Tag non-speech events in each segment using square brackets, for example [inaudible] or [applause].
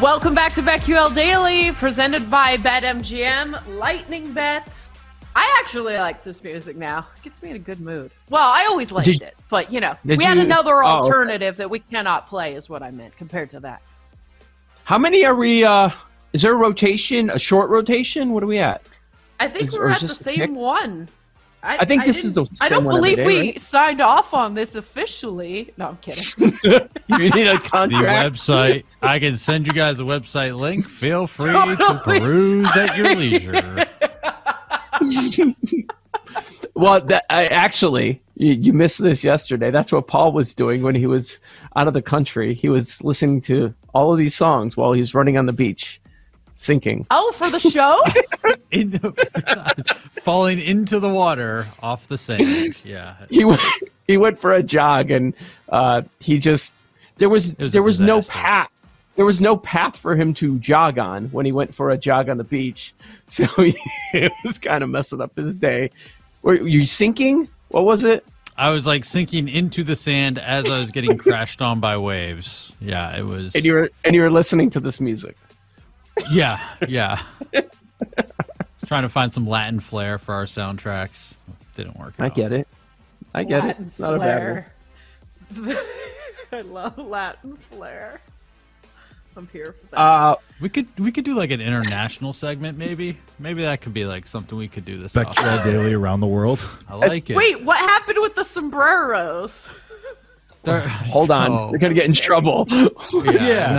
Welcome back to BetQL Daily, presented by BetMGM Lightning Bets. I actually like this music now. It gets me in a good mood. Well, I always liked Did- it, but you know, did we had you- another oh, okay. alternative that we cannot play, is what I meant compared to that. How many are we? Uh, is there a rotation? A short rotation? What are we at? I think Is- we or were is at the this the same pick? one. I think this is didn't- the I don't same one every believe day, we right? signed off on this officially. No, I'm [laughs] kidding. You need a the contract. website. I can send you guys a website link. Feel free to Totally. peruse [laughs] at your leisure. well, that, I, actually, you, you missed this yesterday. That's what Paul was doing when he was out of the country. He was listening to all of these songs while he was running on the beach, sinking. oh, for the show? In the- [laughs] falling into the water off the sand. Yeah. He [laughs] went, he went for a jog, and uh, he just there was, was a there was no disaster. path. There was no path for him to jog on when he went for a jog on the beach, [laughs] so he, it was kind of messing up his day. Were you sinking? What was it? I was like sinking into the sand as I was getting crashed on by waves. Yeah, it was. and you were and you were listening to this music. Yeah, yeah. [laughs] Trying to find some Latin flair for our soundtracks. Didn't work. I out. get it. I get it. It's not a bad one. [laughs] I love Latin flair. I'm here for that. Uh, We could we could do like an international segment, maybe. Maybe that could be like something we could do this. Beck off. Yell Daily around the world. I like it. Wait, what happened with the sombreros? There- hold on, so- we're gonna get in trouble. Yeah. No,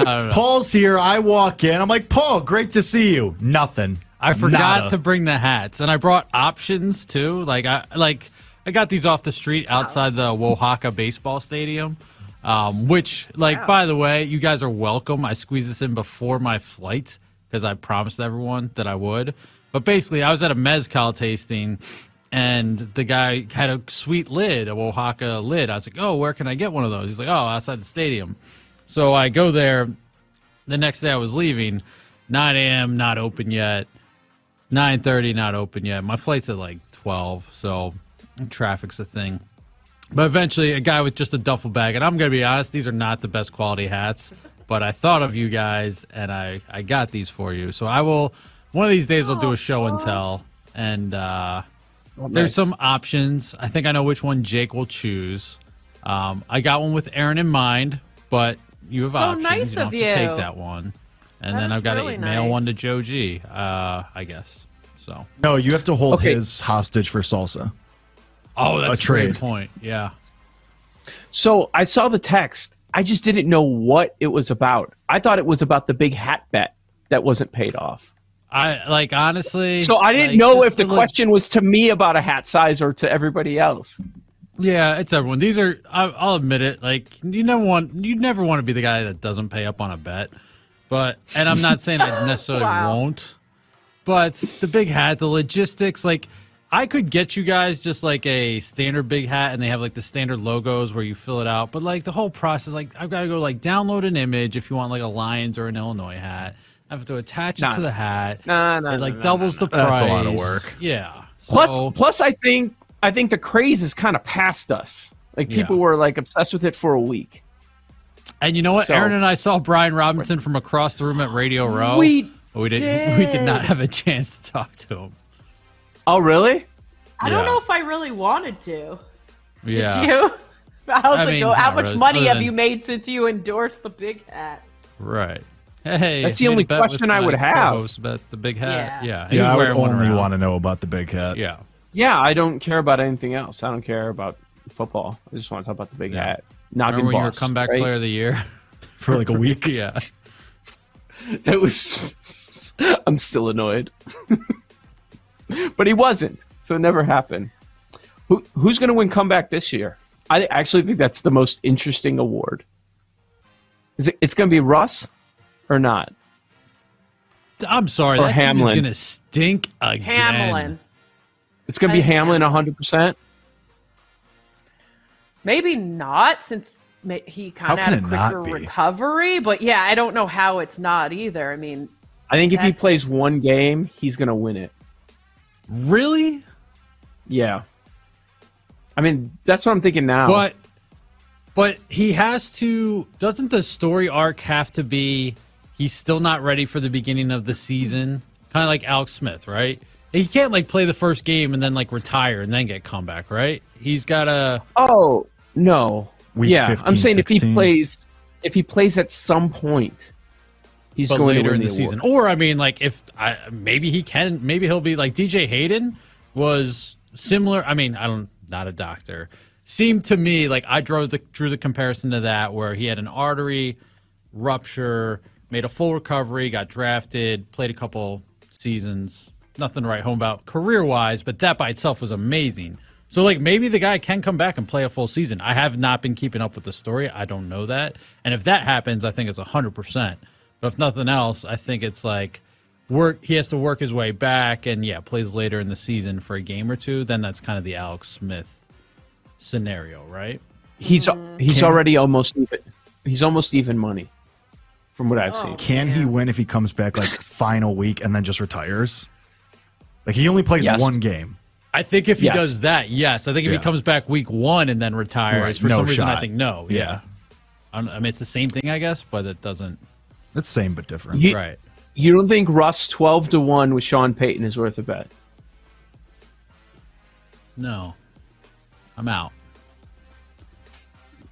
no, no. Paul's here. I walk in. I'm like, Paul, great to see you. Nothing. I forgot Nada. to bring the hats, and I brought options too. Like I like I got these off the street outside the Oaxaca baseball stadium. Um, which, like, by the way, you guys are welcome. I squeezed this in before my flight because I promised everyone that I would. But basically, I was at a mezcal tasting, and the guy had a sweet lid, a Oaxaca lid. I was like, "Oh, where can I get one of those?" He's like, "Oh, outside the stadium." So I go there. The next day, I was leaving. 9 a.m. not open yet. 9:30 not open yet. My flight's at like 12, so traffic's a thing. But eventually a guy with just a duffel bag and I'm going to be honest, these are not the best quality hats, but I thought of you guys and I I got these for you. So I will one of these days I'll do a show and tell and uh there's some options. I think I know which one Jake will choose. Um, I got one with Aaron in mind, but you have So options. nice you don't of have to you. take that one. And That then is I've got really to mail one to nice. Joe G, uh, I guess. So. No, you have to hold Okay. his hostage for salsa. Oh, that's a, trade. great point. Yeah. so I saw the text. I just didn't know what it was about. I thought it was about the big hat bet that wasn't paid off. I like honestly. So I didn't like, know just if the to, like- question was to me about a hat size or to everybody else. Yeah, it's everyone. These are. I, I'll admit it. Like you never want. You never want to be the guy that doesn't pay up on a bet. But and I'm not saying [laughs] I necessarily Wow. won't. But the big hat, the logistics, like I could get you guys just like a standard big hat, and they have like the standard logos where you fill it out. But like the whole process, like I've got to go like download an image if you want like a Lions or an Illinois hat. I have to attach it Nah. to the hat. Nah, nah, it like nah, nah, doubles the price. That's a lot of work. Yeah. Plus, So- plus I think I think the craze is kind of past us. Like people Yeah. were like obsessed with it for a week. And you know what? So- Aaron and I saw Brian Robinson from across the room at Radio Row. We but we didn't. We did. did not have a chance to talk to him. Oh really? I don't Yeah. know if I really wanted to. Yeah. Did you? [laughs] How's I it mean, go? How not much really, money other have than- you made since you endorsed the big hats? Right. Hey, That's the made a only bet with question I my would have. co-host About the big hat. Yeah. Yeah. he's Yeah, I would wearing one only around. want to know about the big hat. Yeah. Yeah, I don't care about anything else. I don't care about football. I just want to talk about the big Yeah. hat. Knocking Remember when you were boss, comeback right? player of the year? [laughs] For like a week. yeah. That was. I'm still annoyed. but he wasn't, so it never happened. Who who's going to win comeback this year? I actually think that's the most interesting award. Is it? It's going to be Russ, or not? I'm sorry. Or that team is Hamlin. gonna stink again. Hamlin. It's going to be I- Hamlin 100. percent Maybe not, since ma- he kind of can had a it not quicker be? recovery. But yeah, I don't know how it's not either. I mean, I think if he That's- plays one game, he's going to win it. Really? Yeah. I mean, that's what I'm thinking now. But but he has to doesn't the story arc have to be he's still not ready for the beginning of the season? Kind of like Alex Smith, right? He can't like play the first game and then like retire and then get comeback, right? He's got a Oh no! Week yeah, 15, I'm saying if 16. he plays, if he plays at some point, he's but going to later win in the, the, season. award. Or I mean, like if I, maybe he can, maybe he'll be like DJ Hayden was similar. I mean, I don't, not a doctor. Seemed to me like I drew the drew the comparison to that where he had an artery rupture, made a full recovery, got drafted, played a couple seasons, nothing to write home about career wise, but that by itself was amazing. So like maybe the guy can come back and play a full season. I have not been keeping up with the story. I don't know that. And if that happens, I think it's hundred percent. But if nothing else, I think it's like work he has to work his way back and yeah, plays later in the season for a game or two, then that's kind of the Alex Smith scenario, right? Oh, He's he's already almost even. He's almost even money, from what I've Oh. seen. Can he win if he comes back like final week and then just retires? Like he only plays Yes. one game. I think if he Yes. does that, yes. I think if Yeah. he comes back week one and then retires, Right, for no some reason, I shot. think no. Yeah. Yeah. I, don't- I mean, it's the same thing, I guess, but it doesn't. That's same but different. You, Right. you don't think Russ twelve to one with Sean Payton is worth a bet? No. I'm out.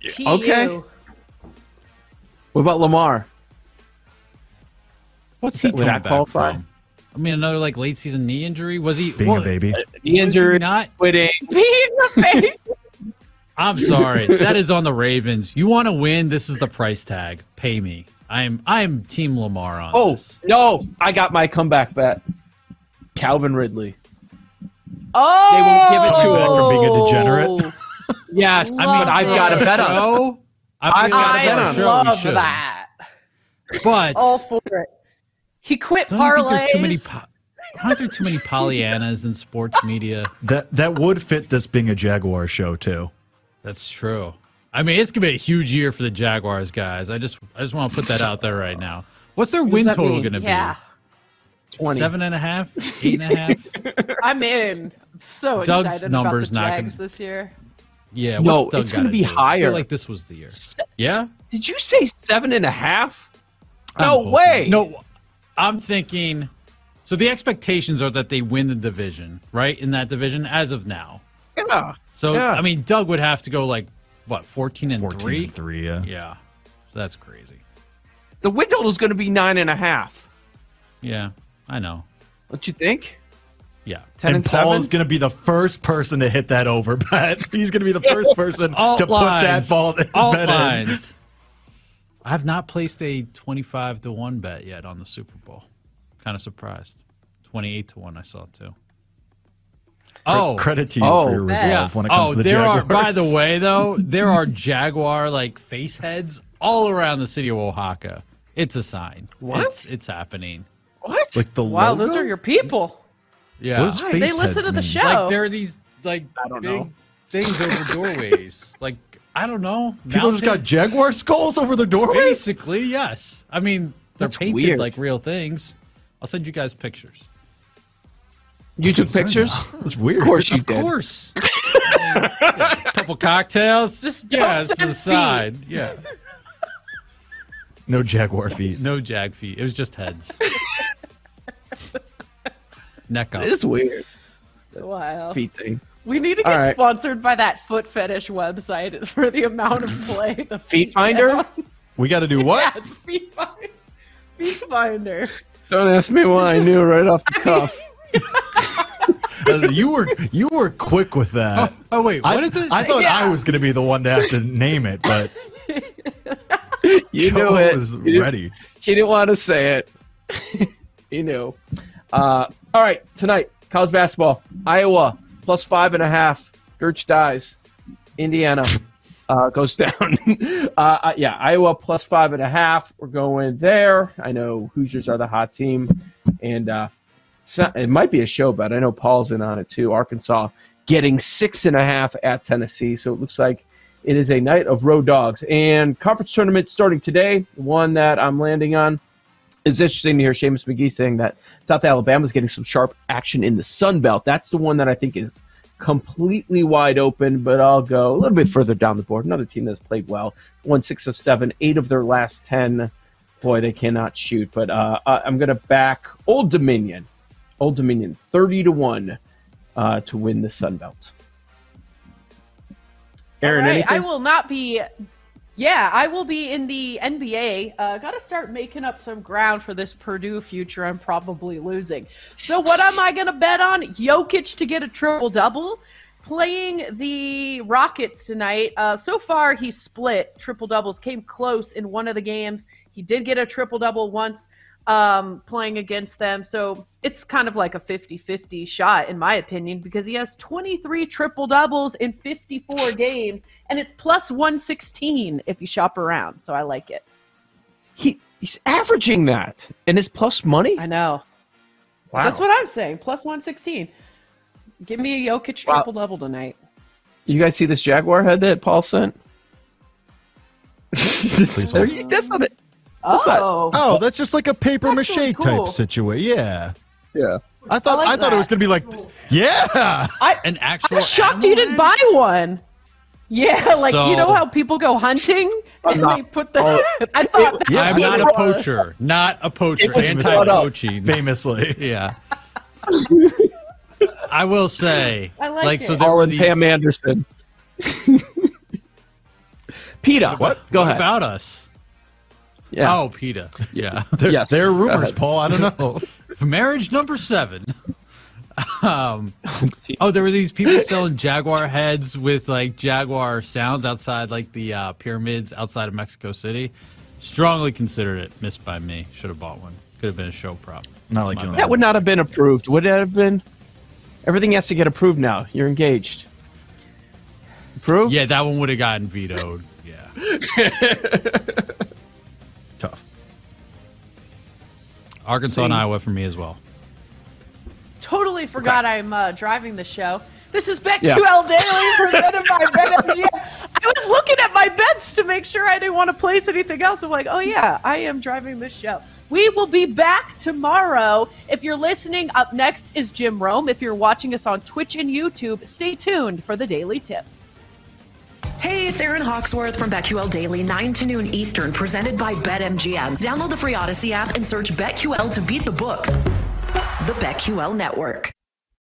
[laughs] okay. PU. What about Lamar? What's that- he would coming that back qualify? from? I mean, another like late season knee injury. Was he Being well, a baby. The injury, not- quitting. Pee in the face. [laughs] I'm sorry. that is on the Ravens. You want to win? This is the price tag. Pay me. I'm I'm Team Lamar on Oh this. no! I got my comeback bet. Calvin Ridley. [laughs] Oh, They won't give it to him for being a degenerate. Yes, I mean Love I've got a it. bet on. it. Show? I I've feel got a like bet on on it. the I show, you love should. that. But Oh, All for it. He quit Don't you think there's too many? parlays. Po- aren't there [laughs] too many Pollyannas in sports media? That that would fit this being a Jaguar show too. That's true. I mean, it's gonna be a huge year for the Jaguars, guys. I just, I just want to put that out there right now. What's their win that total mean? gonna Yeah, be? Seven and a half, eight and a half. I'm in. I'm so Doug's excited numbers about not the gonna- Jags this year. Yeah, No, what's Doug it's gonna gotta be do? I higher. feel like this was the year. Yeah. Did you say seven and a half? No I'm hoping- way. No, I'm thinking. So the expectations are that they win the division, right? In that division, as of now. Yeah. So Yeah. I mean, Doug would have to go like what, fourteen and 14 three? and 3, yeah. Yeah, so that's crazy. The win total is going to be nine and a half. Yeah, I know. Don't you think? Yeah. Ten and, and Paul seven. is going to be the first person to hit that over [laughs] bet. He's going to be [laughs] the first person Alt to put lines. that ball [laughs] that Alt bet in. lines. I have not placed a 25 to 1 bet yet on the Super Bowl. Kind of surprised. 28 to 1 I saw too. Oh. Credit to you Oh, for your resolve yeah. when it comes Oh, to the there Jaguars. are by the way though, there are Jaguar like face heads all around the city of Oaxaca. It's a sign. What? It's, it's happening. what? [laughs] like the Wow, logo? those are your people. Yeah. What does Why, face they listen heads to the mean? show. Like there are these like I don't big know. things over doorways. like I don't know. People just got mountain- Jaguar skulls over their doorways. Basically, yes. I mean, they're That's painted weird. like real things. I'll send you guys pictures. you took pictures? [laughs] That's weird. Of course you Of did. course. a couple cocktails. Just don't yeah, it's send the side. Yeah. [laughs] No Jaguar feet. No jag feet. It was just heads. Neck up. It is weird. Wow. Feet thing. We need to All get right. sponsored by that foot fetish website [laughs] for the amount [laughs] of play. The [laughs] Feet [laughs] Finder? We got to do Yeah, what? it's feet finder. Feet finder. Don't ask me why I knew right off the [laughs] cuff. Uh, you were you were quick with that. Oh wait, I- what is it? I thought I Yeah. was going to be the one to have to name it, but You Joe knew it. was You didn't- ready. He didn't want to say it. [laughs] he knew. Uh, all right, tonight, college basketball. Iowa plus five and a half. Gertch dies. Indiana uh, goes [laughs] down. uh, uh, yeah, Iowa plus five and a half. We're going there. I know Hoosiers are the hot team, and uh, so- it might be a show bet. I know Paul's in on it too. Arkansas getting six and a half at Tennessee, so it looks like it is a night of road dogs and conference tournament starting today. One that I'm landing on is interesting to hear Seamus McGee saying that South Alabama's getting some sharp action in the Sun Belt. That's the one that I think is completely wide open, but I'll go a little bit further down the board. Another team that's played well, won six of seven, eight of their last ten. Boy, they cannot shoot. But uh, I- I'm going to back Old Dominion, Old Dominion, thirty to one uh, to win the Sun Belt. Aaron, All right, anything? I will not be. Yeah, I will be in the NBA. Uh, Got to start making up some ground for this Purdue future. I'm probably losing. So what am I going to bet on? Jokic to get a triple double. Playing the Rockets tonight. Uh, so far, he split triple doubles. Came close in one of the games. He did get a triple double once um, playing against them. So it's kind of like a 50 50 shot, in my opinion, because he has 23 triple doubles in 54 games, and it's plus 116 if you shop around. So I like it. He he's averaging that, and it's plus money. I know. Wow. That's what I'm saying. Plus 116. Give me a Jokic Wow. triple double tonight. you guys see this jaguar head that Paul sent? hold. That's not it. What's that? Oh, Oh, that's just like a paper mache Actually cool. type situation. Yeah. Yeah. I thought I, like thought that. it was going to be like yeah. I, An I actual. was shocked you didn't buy one. Yeah, [laughs] like you know So- how people go hunting and not- they put the. Oh. I thought Yeah, I'm I not mean, a poacher. Not a poacher. was brought up. Anti-poaching. famously. [laughs] Yeah. I will say, I like so it. there were Arlen these. Pam Anderson. [laughs] PETA. What? Go what ahead. about us? yeah. Oh, PETA. [laughs] Yeah. [laughs] There, Yes. there are Go rumors, ahead. Paul. I [laughs] don't know. Marriage number seven. [laughs] um, oh, there were these people selling jaguar heads with like jaguar sounds outside like the uh, pyramids outside of Mexico City. Strongly considered it. Missed by me. Should have bought one. Could have been a show prop. Not like my you bad. That would not have been approved. Would that have been? Everything has to get approved now. You're engaged. Approved? Yeah, that one would have gotten vetoed. Yeah. tough. Arkansas and Iowa for me as well. Totally forgot I'm uh, driving the show. This is BetQL Yeah. Daily presented by [laughs] BetMGM. I was looking at my bets to make sure I didn't want to place anything else. I'm like, oh yeah, I am driving this show. We will be back tomorrow. If you're listening, up next is Jim Rome. If you're watching us on Twitch and YouTube, stay tuned for the Daily Tip. Hey, it's Aaron Hawksworth from BetQL Daily, 9 to noon Eastern, presented by BetMGM. Download the free Odyssey app and search BetQL to beat the books. The BetQL Network.